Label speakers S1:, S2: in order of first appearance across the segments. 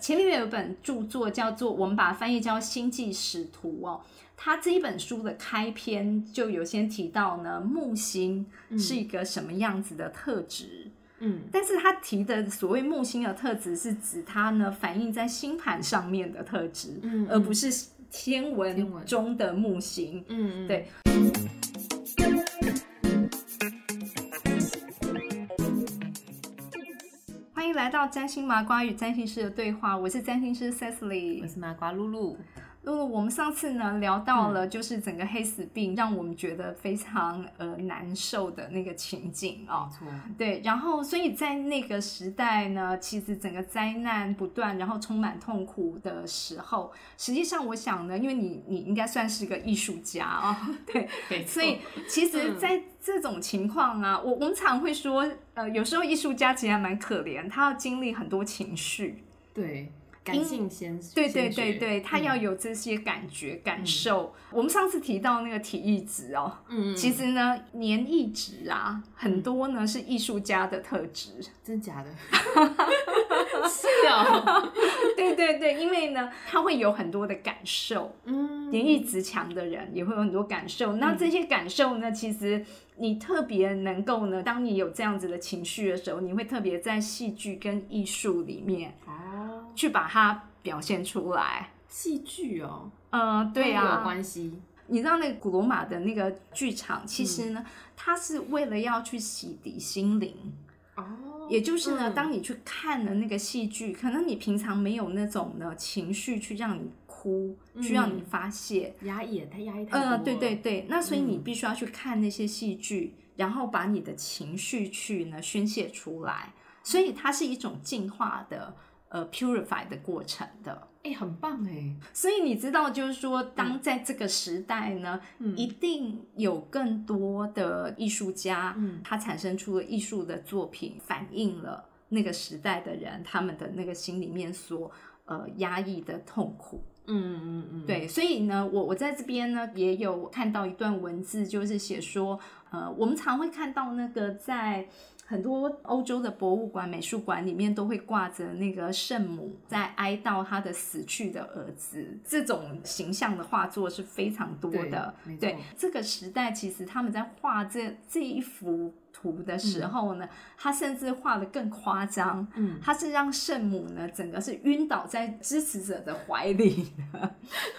S1: 伽利略有本著作叫做，我们把它翻译叫《星际使徒》哦。他这一本书的开篇就有先提到呢，木星是一个什么样子的特质。
S2: 嗯
S1: 但是他提的所谓木星的特质，是指它呢反映在星盘上面的特质，
S2: 嗯
S1: 而不是天
S2: 天
S1: 文
S2: 文
S1: 中的木星。
S2: 嗯嗯，
S1: 对欢迎来到占星麻瓜与占星师的对话，我是占星师 Cecily
S2: 我。是麻瓜露露，
S1: 那么我们上次呢聊
S2: 嗯
S1: 到了，就是整个黑死病让我们觉得非常呃难受的那个情景哦。
S2: 没错，
S1: 对，然后所以在那个时代呢，其实整个灾难不断，然后充满痛苦的时候，实际上我想呢，因为你你应该算是个艺术家啊、 对，
S2: 没错嗯
S1: 所以其实在这种情况啊，我我们常会说，呃，有时候艺术家其实还蛮可怜，他要经历很多情绪，
S2: 对感性先，
S1: 对对
S2: 先决
S1: 对对，他
S2: 嗯
S1: 要，有这些感觉、感受。我们上次提到那个体育值哦，
S2: 嗯嗯，嗯
S1: 其实呢，年艺值啊，很多呢是艺术家的特质。
S2: 真假的，是哦，
S1: 对对对，因为呢，他会有很多的感受，
S2: 嗯，
S1: 免疫值强的人也会有很多感受。那这些感受呢，其实你特别能够呢，当你有这样子的情绪的时候，你会特别在戏剧跟艺术里面
S2: 哦，
S1: 去把它表现出来。
S2: 戏剧哦，
S1: 呃，对
S2: 跟我有
S1: 啊，
S2: 关系，
S1: 你知道那个古罗马的那个剧场，
S2: 嗯
S1: 其实呢，它是为了要去洗涤心灵，
S2: 哦，
S1: 也就是呢，
S2: 嗯
S1: 当你去看了那个戏剧，可能你平常没有那种呢情绪去让你哭，去让你
S2: 嗯
S1: 发泄。
S2: 压抑也太压抑太多
S1: 嗯、
S2: 了，
S1: 对对对，那所以你
S2: 嗯
S1: 必须要去看那些戏剧，然后把你的情绪去呢宣泄出来。所以它是一种进化的呃 purify 的过程的。
S2: 哎，很棒哎，
S1: 所以你知道，就是说，当在这个时代呢，
S2: 嗯
S1: 一定有更多的艺术家，
S2: 嗯
S1: 他产生出了艺术的作品，反映了那个时代的人他们的那个心里面所呃压抑的痛苦。
S2: 嗯嗯嗯，
S1: 对，所以呢，我我在这边呢也有看到一段文字，就是写说，呃，我们常会看到那个在很多欧洲的博物馆、美术馆里面都会挂着那个圣母在哀悼她的死去的儿子，这种形象的画作是非常多
S2: 对
S1: 的。
S2: 没错
S1: 对，这个时代其实他们在画这这一幅图的时候呢，他甚至画的更夸张，
S2: 嗯，
S1: 他是让圣母呢整个是晕倒在支持者的怀里 的，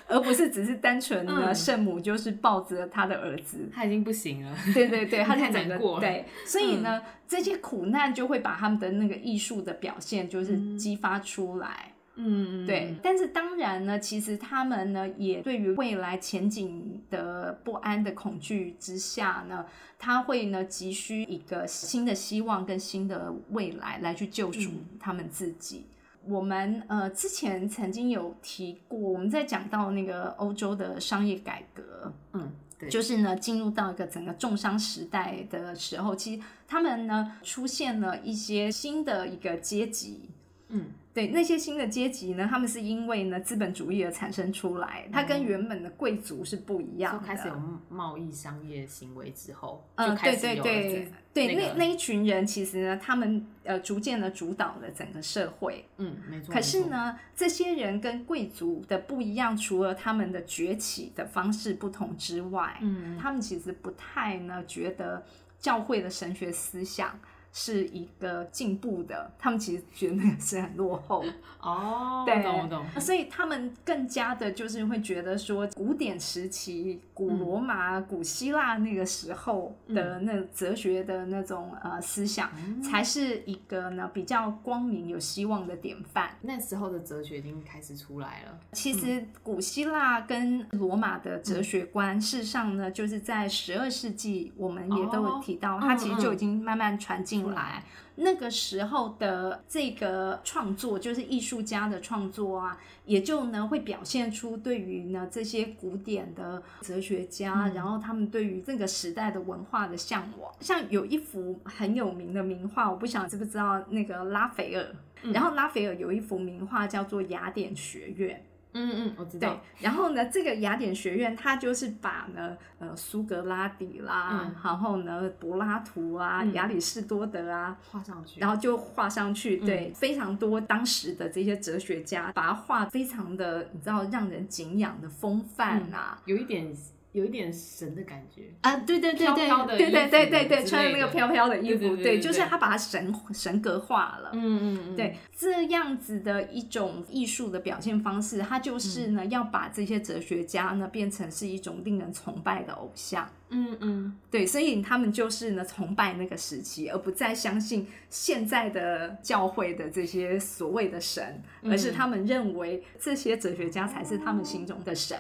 S1: 而不是只是单纯呢、
S2: 嗯
S1: 圣母就是抱着他的儿子。
S2: 他已经不行了，
S1: 对对对，他
S2: 太
S1: 是整
S2: 难
S1: 个
S2: 过了嗯
S1: 对，所以呢，这些苦难就会把他们的那个艺术的表现就是
S2: 嗯
S1: 激发出来。
S2: 嗯，嗯
S1: 对，，但是当然呢，其实他们呢也对于未来前景的不安的恐惧之下呢，他会呢急需一个新的希望跟新的未来来去救赎
S2: 嗯
S1: 他们自己。我们呃之前曾经有提过，我们在讲到那个欧洲的商业改革，
S2: 嗯，对，
S1: 就是呢，进入到一个整个重商时代的时候，其实他们呢出现了一些新的一个阶级，
S2: 嗯，
S1: 对那些新的阶级呢，他们是因为呢资本主义而产生出来，它跟原本的贵族是不一样
S2: 嗯就
S1: 的。
S2: 开始有贸易商业行为之后，
S1: 呃，
S2: 就开
S1: 对
S2: 始
S1: 对
S2: 有了
S1: 对
S2: 这
S1: 对，
S2: 那
S1: 那
S2: 个
S1: 那一群人其实呢，他们呃逐渐的主导了整个社会。
S2: 嗯，没错。
S1: 可
S2: 没
S1: 是
S2: 错，
S1: 呢，这些人跟贵族的不一样，除了他们的崛起的方式不同之外，
S2: 嗯，
S1: 他们其实不太呢觉得教会的神学思想是一个进步的，他们其实觉得那个是很落后。
S2: 哦，
S1: 对
S2: 我懂我懂，
S1: 所以他们更加的就是会觉得说，古典时期、古罗马、古希腊那个时候的那哲学的那种呃思想，
S2: 嗯
S1: 才是一个呢比较光明、有希望的典范。
S2: 那时候的哲学已经开始出来了，
S1: 其实古希腊跟罗马的哲学观，事实上呢，就是在十二世纪，我们也都有提到，
S2: 哦
S1: 它
S2: 嗯
S1: 其实就已经慢慢传进来。那个时候的这个创作，就是艺术家的创作啊，也就呢会表现出对于呢这些古典的哲学家，
S2: 嗯
S1: 然后他们对于这个时代的文化的向往。像有一幅很有名的名画，我不想知不知
S2: 嗯
S1: 道那个拉斐尔，然后拉斐尔有一幅名画叫做《雅典学院》。
S2: 嗯嗯，我知
S1: 对
S2: 道。，
S1: 然后呢，这个雅典学院它就是把呢，呃，苏格拉底啦，
S2: 嗯
S1: 然后呢，柏拉图啊，
S2: 嗯
S1: 亚里士多德啊，
S2: 画上去，
S1: 然
S2: 后
S1: 后就画上去，对，非常多当时的这些哲学家，把它画非常的，你知道，让人敬仰的风范啊。
S2: 有一点有一点神的感觉，
S1: 啊，对对
S2: 对对
S1: 对对对对对，
S2: 之类的
S1: 穿着那个飘飘的衣服，
S2: 对对对对
S1: 就是他把它神神格化了。
S2: 嗯嗯嗯，
S1: 对，这样子的一种艺术的表现方式，它就是呢，要把这些哲学家呢变成是一种令人崇拜的偶像。
S2: 嗯嗯，
S1: 对，所以他们就是呢崇拜那个时期，而不再相信现在的教会的这些所谓的神，而是他们认为这些哲学家才是他们心中的神。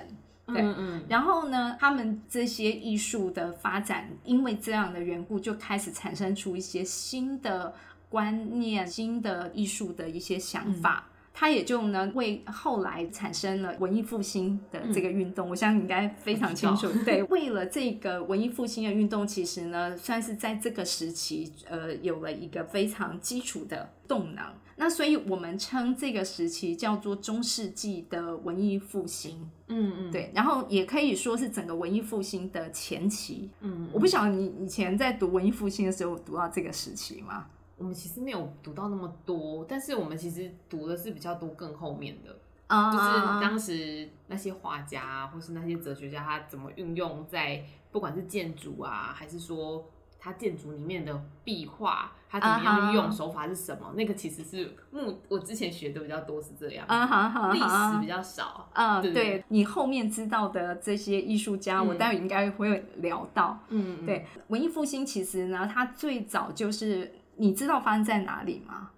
S1: 对
S2: 嗯嗯
S1: 然后呢，他们这些艺术的发展，因为这样的缘故，就开始产生出一些新的观念、新的艺术的一些想法。它也就呢，为后来产生了文艺复兴的这个运动，我相信你应该非常清楚。对，为了这个文艺复兴的运动，其实呢，算是在这个时期，呃，有了一个非常基础的动能。那所以我们称这个时期叫做中世纪的文艺复兴。
S2: 嗯嗯，，
S1: 对，然后也可以说是整个文艺复兴的前期。
S2: 嗯，
S1: 我不晓得你以前在读文艺复兴的时候，有读到这个时期吗？
S2: 我们其实没有读到那么多，但是我们其实读的是比较多更后面的，
S1: 啊
S2: 就是当时那些画家啊或是那些哲学家，他怎么运用在不管是建筑啊，还是说他建筑里面的壁画，他怎么
S1: 啊
S2: 样
S1: 哈
S2: 运用手法是什么？那个其实是目我之前学的比较多是这样，
S1: 啊哈哈
S2: 历史
S1: 哈
S2: 比。较少。
S1: 嗯，
S2: 对
S1: 对你后面知道的这些艺术家，我
S2: 嗯
S1: 待会应该会聊到。
S2: 嗯，嗯，
S1: 对，文艺复兴其实呢，它最早就是你知道发生在哪里吗？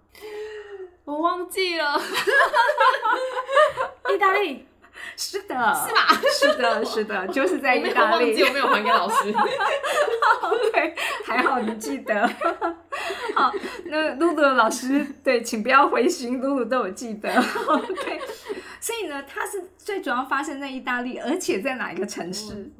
S2: 我忘记了，意大利
S1: 是的，
S2: 是吧？
S1: 是的，是的，就是在
S2: 我没
S1: 意
S2: 有
S1: 大
S2: 忘
S1: 利
S2: 记，。我没有还给老 师。
S1: 对，还好你记得。 好，那露露老师，对，请不要灰心，露露都有记得。OK，所以呢，它是最主要发生在意大利，而且在哪一个城市？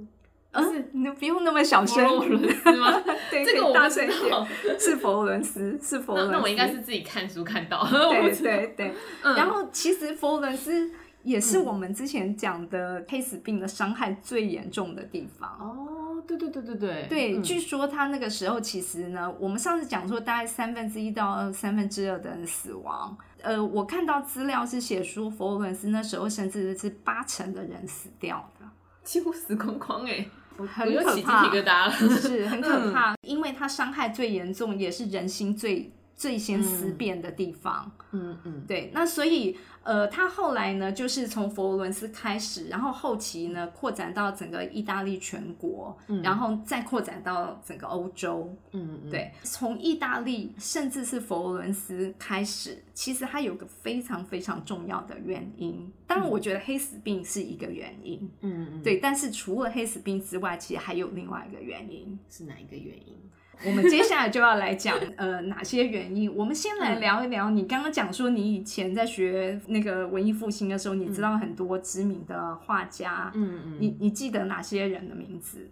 S2: 不
S1: 嗯，你不用那么小
S2: 摩
S1: 声。
S2: 罗伦斯吗？
S1: 对，
S2: 这
S1: 可以
S2: 个我
S1: 大
S2: 不
S1: 声
S2: 知
S1: 一点。
S2: 道。
S1: 是佛罗伦斯，是佛
S2: 那
S1: 罗伦斯。
S2: 那我应该是自己看书看到， 我不
S1: 对
S2: 知道。
S1: 对对。
S2: 嗯
S1: 然后其实佛罗伦斯。也是我们之前讲的黑死病的伤害最严重的地方。
S2: 哦，对对对对对
S1: 对，
S2: 嗯
S1: 据说他那个时候其实呢，我们上次讲说大概三分之一到三分之二的人死亡。呃，我看到资料是写说佛罗伦斯那时候甚至是八成的人死掉的，
S2: 几乎死光光哎、我
S1: 很
S2: 我又
S1: 可
S2: 起鸡皮
S1: 怕
S2: 疙瘩嗯了。
S1: 是很可怕，因为它伤害最严重，也是人心最最先思变的地方。
S2: 嗯嗯，
S1: 对，那所以呃，他后来呢，就是从佛罗伦斯开始，然后后期呢扩展到整个意大利全国，然后再扩展到整个欧洲。
S2: 嗯对，
S1: 对，从意大利甚至是佛罗伦斯开始，其实它有个非常非常重要的原因。当然，我觉得黑死病是一个原因，
S2: 嗯嗯，
S1: 对。但是除了黑死病之外，其实还有另外一个原因。
S2: 是哪一个原因？
S1: 我们接下来就要来 讲，呃，哪些原因？我们先
S2: 嗯
S1: 来聊一聊，你刚刚讲说你以前在学那个文艺复兴的时候，你知道很多知名的画家，
S2: 嗯
S1: 你你记得哪些人的名字？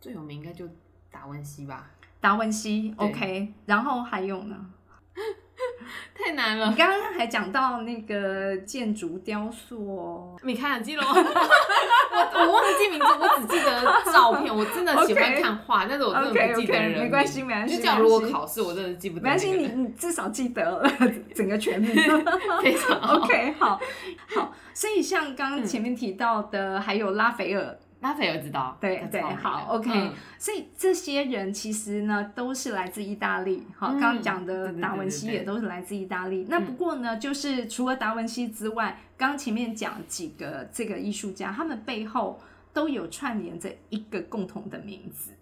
S2: 最有名应该就达文西吧，
S1: 达文西
S2: 对
S1: ，OK，然后还有呢？
S2: 太难
S1: 你
S2: 了。
S1: 刚刚还讲到那个建筑雕塑哦
S2: 米开朗基 罗，我我忘记名字，我只记得照片。我真的喜 欢
S1: OK
S2: 看画，但是我真的不
S1: OK，OK，
S2: 记得人名
S1: 没关系没关系
S2: 就叫如果
S1: 没关系
S2: 考试，我真的记不
S1: 没
S2: 得
S1: 关
S2: 那
S1: 系，
S2: 个
S1: 你
S2: 人。
S1: 你至少记得了整个全名。
S2: 非常好嗯
S1: OK，好，好，所以像刚刚前面提到的，还有拉斐尔，
S2: 拉斐尔知道，
S1: 对
S2: 他超
S1: 对，
S2: 有名的
S1: 好，OK，、
S2: 嗯
S1: 所以这些人其实呢都是来自意大利，好，
S2: 嗯
S1: 刚刚讲的
S2: 对对对
S1: 达文西
S2: 对对嗯
S1: 也都是来自意大利。那不过呢，就是除了达文西之外，刚前面讲几个这个艺术家，他们背后都有串联着一个共同的名字，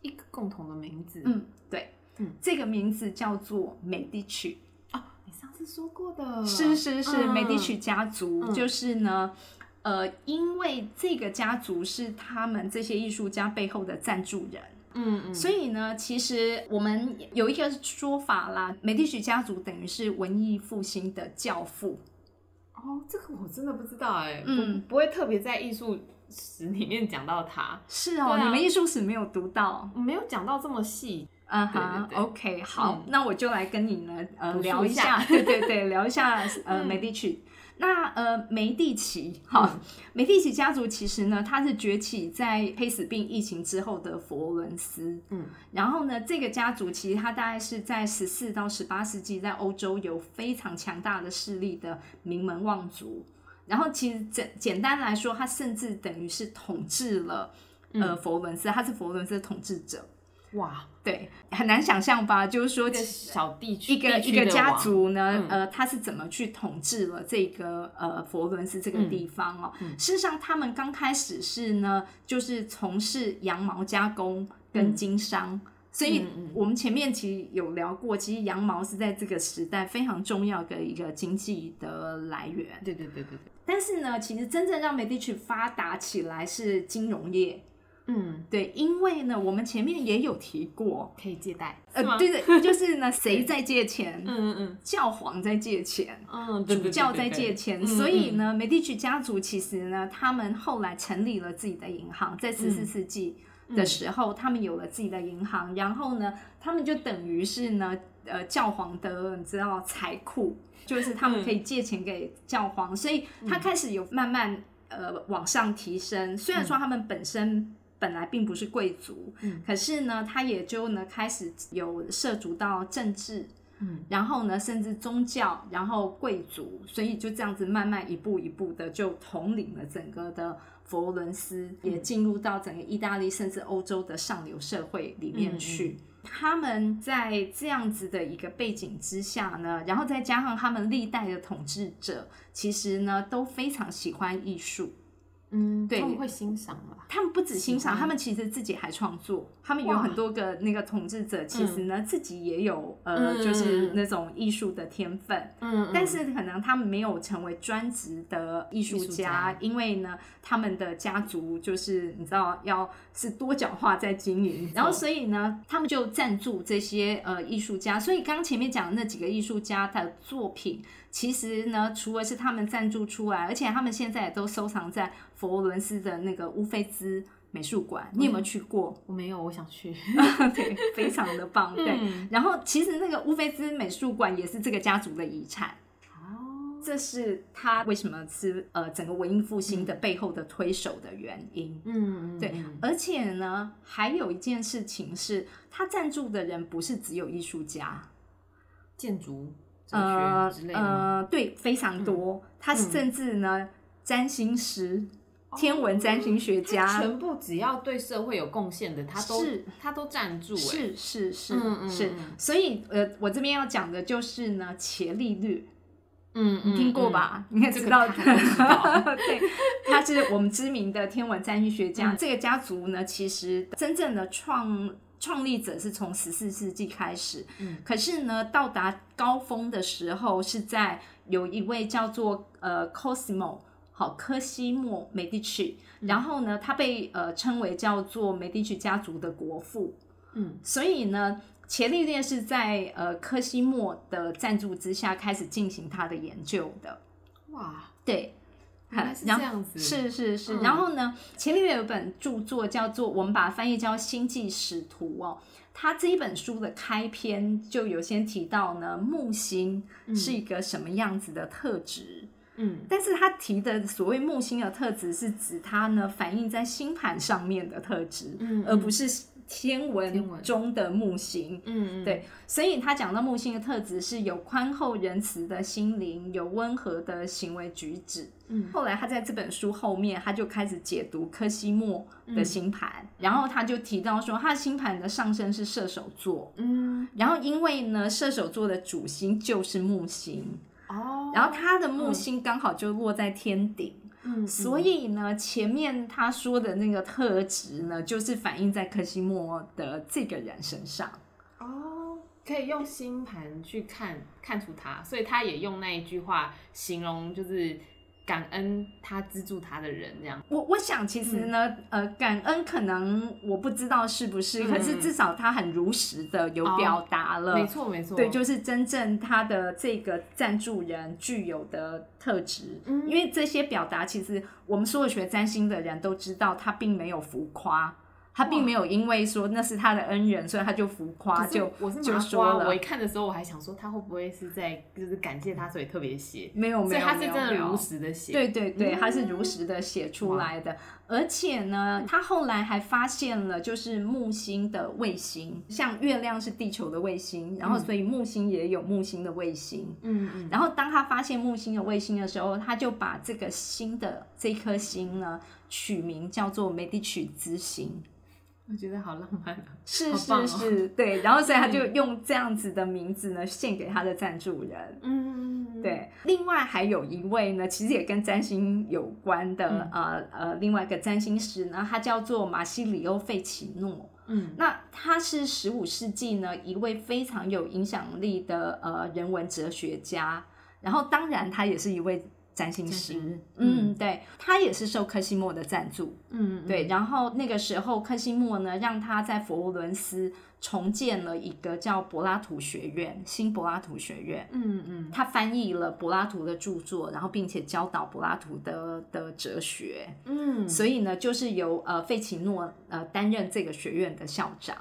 S2: 一个共同的名字。
S1: 嗯，对，
S2: 嗯
S1: 这个名字叫做美第奇。
S2: 啊，你上次说过的，
S1: 是是是，
S2: 嗯
S1: 美第奇家族、
S2: 嗯
S1: 就是呢，呃，因为这个家族是他们这些艺术家背后的赞助人，
S2: 嗯嗯，
S1: 所以呢，其实我们有一个说法啦，美第奇家族等于是文艺复兴的教父。
S2: 哦，这个我真的不知道哎、
S1: 嗯
S2: 嗯，不会特别在艺术史里面讲到他，
S1: 是哦，
S2: 对啊
S1: 你们艺术史没有读到。
S2: 我没有讲到这么细。
S1: 嗯
S2: 对对
S1: 哼
S2: 对
S1: ，OK，好
S2: 嗯，
S1: 那我就来跟你呢，呃，
S2: 补述
S1: 聊一
S2: 一下
S1: 下， 对对对，聊一下呃
S2: 嗯
S1: 梅第奇。那呃梅第奇，好，梅第奇家族其实呢，它是崛起在黑死病疫情之后的佛罗伦斯。
S2: 嗯，
S1: 然后呢，这个家族其实它大概是在十四到十八世纪在欧洲有非常强大的势力的名门望族。然后其实简简单来说，它甚至等于是统治了呃
S2: 嗯
S1: 佛罗伦斯，它是佛罗伦斯的统治者。
S2: 哇，
S1: 对，很难想象吧？就是说
S2: 一，个小地区，
S1: 一个
S2: 地
S1: 一
S2: 区
S1: 个
S2: 的
S1: 家
S2: 王，
S1: 族呢，
S2: 嗯
S1: 呃，他是怎么去统治了这个呃佛罗伦斯这个地方哦？
S2: 嗯
S1: 事实上，他们刚开始是呢，就是从事羊毛加工跟经商。所以
S2: 嗯嗯，
S1: 我们前面其实有聊过，其实羊毛是在这个时代非常重要的一个经济的来源。
S2: 对对对对对，
S1: 但是呢，其实真正让 Medici 发达起来是金融业，
S2: 嗯，
S1: 对，因为呢，我们前面也有提过，
S2: 可以借贷，是吗
S1: 呃，对对，就是 呢，谁在借钱？
S2: 嗯嗯
S1: 教皇在借钱，
S2: 嗯嗯，对
S1: 主教在借，钱，
S2: 嗯
S1: 所以呢，梅第奇家族其实呢，他们后来成立了自己的银行，
S2: 嗯
S1: 在十四世纪的时候，他们有了自己的银行，然后呢，他们就等于是呢，呃，教皇的你知道财库，就是他们
S2: 嗯
S1: 可以借钱给教皇，所以他开始有慢慢呃往上提升。虽然说他们本身本来并不是贵族，
S2: 嗯
S1: 可是呢，他也就呢开始有涉足到政治。
S2: 嗯
S1: 然后呢，甚至宗教，然后贵族，所以就这样子慢慢一步一步的就统领了整个的佛罗伦斯，也进入到整个意大利甚至欧洲的上流社会里面
S2: 嗯
S1: 去。他们在这样子的一个背景之下呢，然后再加上他们历代的统治者，其实呢都非常喜欢艺术。
S2: 嗯，
S1: 对
S2: 他们会欣赏吧？
S1: 他们不止欣赏，
S2: 喜欢
S1: 他们其实自己还创作。他们有
S2: 哇
S1: 很多个那个统治者，其实呢、自己也有呃，
S2: 嗯
S1: 就是那种艺术的天分。
S2: 嗯
S1: 但是可能他们没有成为专职的艺术家，
S2: 艺术家
S1: 因为呢，他们的家族就是你知道要是多角化在经营，然后所以呢，他们就赞助这些呃艺术家。所以刚前面讲的那几个艺术家的作品，其实呢，除了是他们赞助出来，而且他们现在也都收藏在佛罗伦斯的那个乌菲兹。美术馆，你有没
S2: 嗯
S1: 有去过？
S2: 我没有，我想 去，
S1: 对，非常的棒。对，
S2: 嗯
S1: 然后其实那个乌菲兹美术馆也是这个家族的遗产。
S2: 哦，
S1: 这是他为什么是呃整个文艺复兴的背后的推手的原因。
S2: 嗯，
S1: 对
S2: 嗯
S1: 而且呢，还有一件事情是，他赞助的人不是只有艺术家，
S2: 建筑、哲
S1: 呃
S2: 学之类的吗，嗯
S1: 呃，对，非常多。他甚至呢，占星师、天文占星学
S2: 哦他
S1: 家，
S2: 全部只要对社会有贡献的，他都
S1: 是
S2: 他都站住，哎，
S1: 是是是、
S2: 嗯嗯
S1: 是。
S2: 嗯
S1: 所以呃，我这边要讲的就是呢，伽利略。
S2: 嗯嗯，
S1: 听过
S2: 嗯？
S1: 吧？ 你看
S2: 这
S1: 知
S2: 个
S1: 道，
S2: 大家都知道 嗯
S1: 对，他是我们知名的天文占星学家。这个家族呢，其实真正的创创立者是从十四世纪开始，
S2: 嗯
S1: 可是呢，到达高峰的时候是在有一位叫做呃 Cosimo。好，科西莫·梅迪奇，
S2: 嗯
S1: 然后呢，他被呃称为叫做梅迪奇家族的国父。
S2: 嗯
S1: 所以呢，伽利略是在呃科西莫的赞助之下开始进行他的研究的。
S2: 嗯哇，
S1: 对，
S2: 原来是这
S1: 然后
S2: 样子，
S1: 是是是。
S2: 嗯
S1: 然后呢，伽利略有本著作叫做，我们把它翻译叫《星际使徒》哦。他这一本书的开篇就有先提到呢，木星是一个什么样子的特质。
S2: 嗯
S1: 但是他提的所谓木星的特质，是指它呢反映在星盘上面的特质，
S2: 嗯嗯
S1: 而不是天
S2: 天
S1: 文
S2: 文
S1: 中的木星。
S2: 嗯，嗯
S1: 对，所以他讲到木星的特质是有宽厚仁慈的心灵，有温和的行为举止。
S2: 嗯
S1: 后来他在这本书后面，他就开始解读科西莫
S2: 嗯
S1: 的星盘，然后他就提到说，他的星盘的上升是射手座，
S2: 嗯
S1: 然后因为呢，射手座的主星就是木星，
S2: 哦，
S1: 然后他的木星刚好就落在天顶。
S2: 嗯
S1: 所以呢，前面他说的那个特质呢，就是反映在科西莫的这个人身上。
S2: 哦，可以用星盘去看看出他，所以他也用那一句话形容，就是感恩他资助他的人这样。
S1: 我我想，其实
S2: 嗯
S1: 呢，呃，感恩可能我不知道是不是，
S2: 嗯哦
S1: 可是至少他很如实的有表达了，
S2: 没错，没错，
S1: 对，就是真正他的这个赞助人具有的特质。
S2: 嗯
S1: 因为这些表达，其实我们所有学占星的人都知道，他并没有浮夸，他并没有因为说那是他的恩人，所以他就浮夸
S2: 可是
S1: 就
S2: 我是
S1: 就
S2: 麻
S1: 说
S2: 瓜，
S1: 了
S2: 我一看的时候我还想说他会不会是在就是感谢他，所以特别写，
S1: 没有
S2: 所
S1: 没
S2: 以
S1: 有
S2: 他是
S1: 哦没有
S2: 真的
S1: 没有
S2: 如实的写。
S1: 对对对，他是
S2: 嗯
S1: 如实的写出来的。而且呢，他后来还发现了，就是木星的卫星，像月亮是地球的卫星，然后所以木星也有木星的卫星。
S2: 嗯嗯，
S1: 然后当他发现木星的卫星的时候，他就把这个新的这颗星呢取名叫做梅迪曲之星。
S2: 我觉得好浪漫啊。
S1: 是
S2: 好棒哦嗯
S1: 是是，对，然后所以他就用这样子的名字呢，献给他的赞助人。
S2: 嗯，
S1: 对，另外还有一位呢，其实也跟占星有关的，
S2: 嗯
S1: 呃呃，另外一个占星师呢，他叫做马西里欧·费奇诺。
S2: 嗯
S1: 那他是十五世纪呢一位非常有影响力的呃人文哲学家，然后当然他也是一位占星师。
S2: 占星
S1: 嗯，对，他也是受科西莫的赞助。
S2: 嗯，
S1: 对，然后那个时候科西莫呢，让他在佛罗伦斯重建了一个叫柏拉图学院，新柏拉图学院。
S2: 嗯嗯
S1: 他翻译了柏拉图的著作，然后并且教导柏拉图的的哲学，
S2: 嗯，
S1: 所以呢，就是由呃费奇诺呃担任这个学院的校长，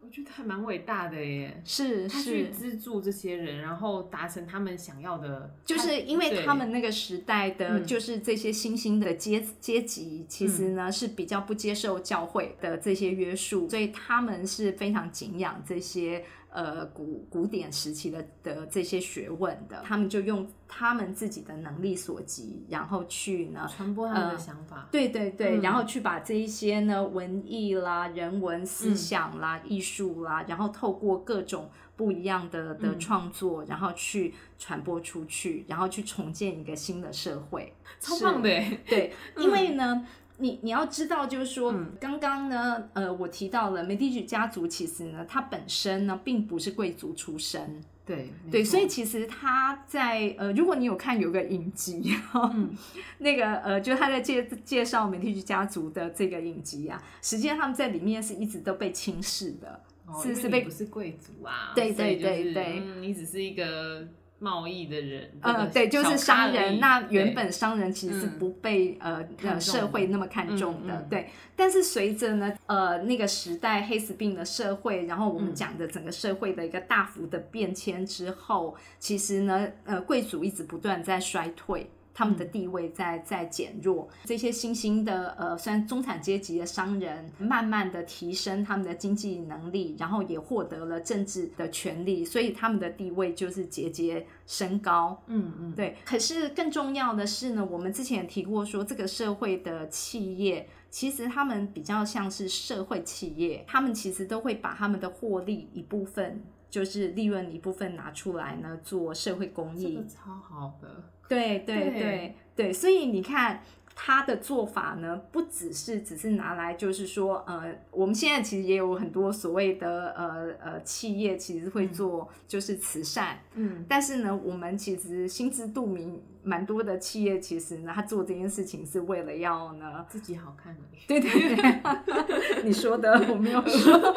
S2: 我觉得还蛮伟大的耶。
S1: 是
S2: 他去
S1: 是，
S2: 资助这些人，然后达成他们想要的，
S1: 就是因为
S2: 对
S1: 他们那个时代的，
S2: 嗯
S1: 就是这些新兴的阶阶级，其实呢、是比较不接受教会的这些约束，所以他们是非常敬仰这些。呃，古古典时期的的这些学问的，他们就用他们自己的能力所及，然后去呢
S2: 传播他
S1: 嗯
S2: 们的想法。
S1: 对对对，
S2: 嗯
S1: 然后去把这一些呢文艺啦、人文
S2: 嗯
S1: 思想啦、艺术啦，然后透过各种不一样的的
S2: 嗯
S1: 创作，然后去传播出去，然后去重建一个新的社会，
S2: 超
S1: 是
S2: 棒的耶，
S1: 对，因为呢。你你要知道，就是说，
S2: 嗯
S1: 刚刚呢，呃，我提到了梅第奇家族，其实呢，它本身呢，并不是贵族出身，
S2: 对
S1: 对，
S2: 没错
S1: 所以其实他在呃，如果你有看有个影集，啊
S2: 嗯
S1: 那个呃，就是他在介介绍美第奇家族的这个影集啊，实际上他们在里面是一直都被轻视的，
S2: 哦
S1: 是
S2: 因为
S1: 是被
S2: 你不是贵族啊，
S1: 对对
S2: 所以就是
S1: 对对
S2: 嗯，你只是一个贸易的人，
S1: 呃，
S2: 这
S1: 对，
S2: 个
S1: 就是
S2: 小
S1: 商
S2: 咖而已
S1: 人。那原
S2: 对嗯
S1: 本商人其实是不被、呃
S2: 看
S1: 呃
S2: 重
S1: 社会那么看重的，
S2: 嗯嗯
S1: 对。但是随着呢呃那个时代黑死病的社会，然后我们
S2: 嗯
S1: 讲的整个社会的一个大幅的变迁之后，其实呢呃贵族一直不断在衰退。他
S2: 嗯
S1: 们的地位在在减弱，这些新兴的呃，虽然中产阶级的商人慢慢的提升他们的经济能力，然后也获得了政治的权利，所以他们的地位就是节节升高。
S2: 嗯嗯，
S1: 对，可是更重要的是呢，我们之前也提过说，这个社会的企业其实他们比较像是社会企业，他们其实都会把他们的获利一部分。就是利润一部分拿出来呢，做社会公
S2: 这
S1: 益。
S2: 个超好的。
S1: 对对
S2: 对
S1: 对对，所以你看他的做法呢，不只是只是拿来就是说，呃，我们现在其实也有很多所谓的呃呃企业，其实会做就是慈善，
S2: 嗯，
S1: 但是呢，我们其实心知肚明，蛮多的企业其实呢，他做这件事情是为了要呢，
S2: 自己好看而已。
S1: 对对对， 你说的我没有 说，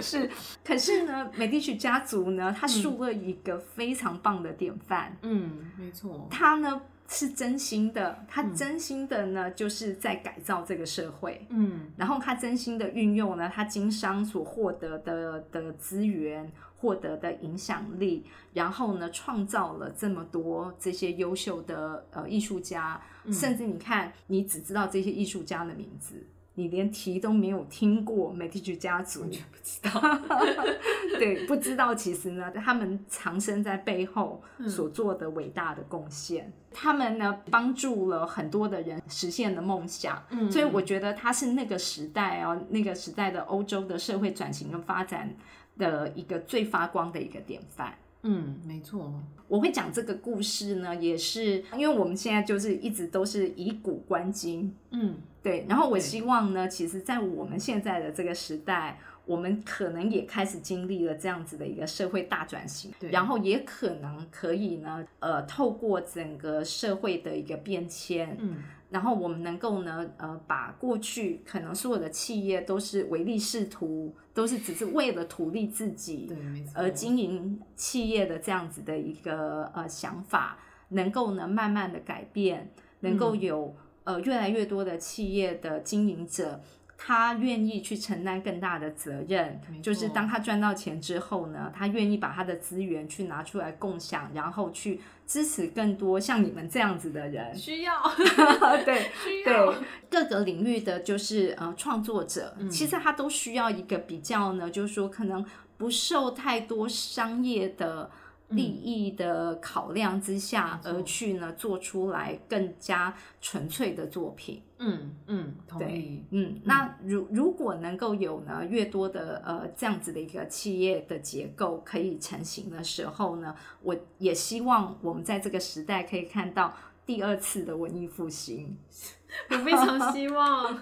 S1: 是。可是呢，美第奇家族呢，他树了一个非常棒的典范，
S2: 嗯，没错。
S1: 他呢是真心的，他真心的呢，就是在改造这个社会。
S2: 嗯
S1: 然后他真心的运用呢，他经商所获得的的资源、获得的影响力，然后呢，创造了这么多这些优秀的呃艺术家，
S2: 嗯
S1: 甚至你看，你只知道这些艺术家的名字。你连提都没有听过美第奇家族，
S2: 完全不知道。
S1: 对，不知道其实呢，他们藏身在背后
S2: 嗯
S1: 所做的伟大的贡献，他们呢帮助了很多的人实现了梦想，
S2: 嗯
S1: 所以我觉得它是那个时代哦，那个时代的欧洲的社会转型跟发展的一个最发光的一个典范。
S2: 嗯，没错。
S1: 我会讲这个故事呢，也是因为我们现在就是一直都是以古观今，
S2: 嗯
S1: 对。然后我
S2: 对
S1: 希望呢，其实，在我们现在的这个时代，我们可能也开始经历了这样子的一个社会大转型，
S2: 对
S1: 然后也可能可以呢，呃，透过整个社会的一个变迁，
S2: 嗯
S1: 然后我们能够呢，呃，把过去可能所有的企业都是唯利是图，都是只是为了图利自己
S2: 对，没错。
S1: 而呃经营企业的这样子的一个呃想法，能够呢慢
S2: 嗯
S1: 慢的改变，能够有、呃越来越多的企业的经营者，他愿意去承担更大的责任
S2: 没，错。
S1: 就是当他赚到钱之后呢，他愿意把他的资源去拿出来共享，然后去支持更多像你们这样子的人
S2: 需 要啊
S1: 对，
S2: 需要
S1: 对，各个领域的，就是呃创作者，
S2: 嗯
S1: 其实他都需要一个比较呢，就是说可能不受太多商业的利益的考量之下，
S2: 没错
S1: 而去呢做出来更加纯粹的作品。
S2: 嗯嗯，同意，
S1: 嗯，那如如果能够有呢越多的呃这样子的一个企业的结构可以成型的时候呢，我也希望我们在这个时代可以看到第二次的文艺复兴。
S2: 我非常希望。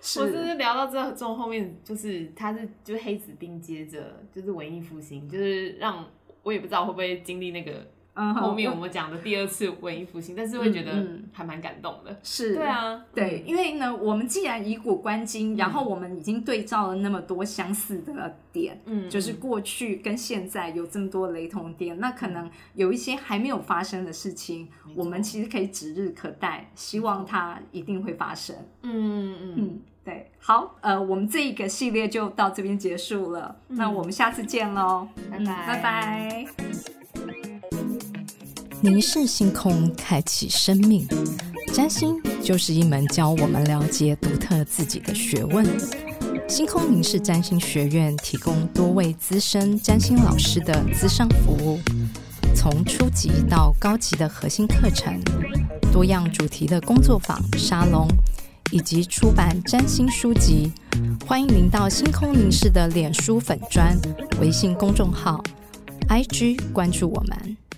S1: 是
S2: 我真是聊到这中后面，就是他是就是黑子丁接着就是文艺复兴，就是让我也不知道会不会经历那 个
S1: 嗯哼
S2: 后面我们讲的第二次文艺复兴，但是会觉得
S1: 嗯嗯
S2: 还蛮感动的。
S1: 是，
S2: 对，啊，
S1: 对，因为呢，我们既然以古观今，
S2: 嗯
S1: 然后我们已经对照了那么多相似的点，
S2: 嗯，嗯，嗯
S1: 就是过去跟现在有这么多雷同点，那可能有一些还没有发生的事情
S2: 没，错
S1: 我们其实可以指日可待，希望它一定会发生。
S2: 嗯嗯嗯，
S1: 嗯，对，好，呃，我们这一个系列就到这边结束了，
S2: 嗯
S1: 那我们下次见喽，
S2: 拜
S1: 嗯
S2: 拜
S1: 拜拜。
S3: 凝视星空，开启生命。占星就是一门教我们了解独特自己的学问。星空凝视占星学院提供多位资深占星老师的资商服务，从初级到高级的核心课程、多样主题的工作坊、沙龙，以及出版占星书籍。欢迎您到星空凝视的脸书粉砖、微信公众号、IG 关注我们。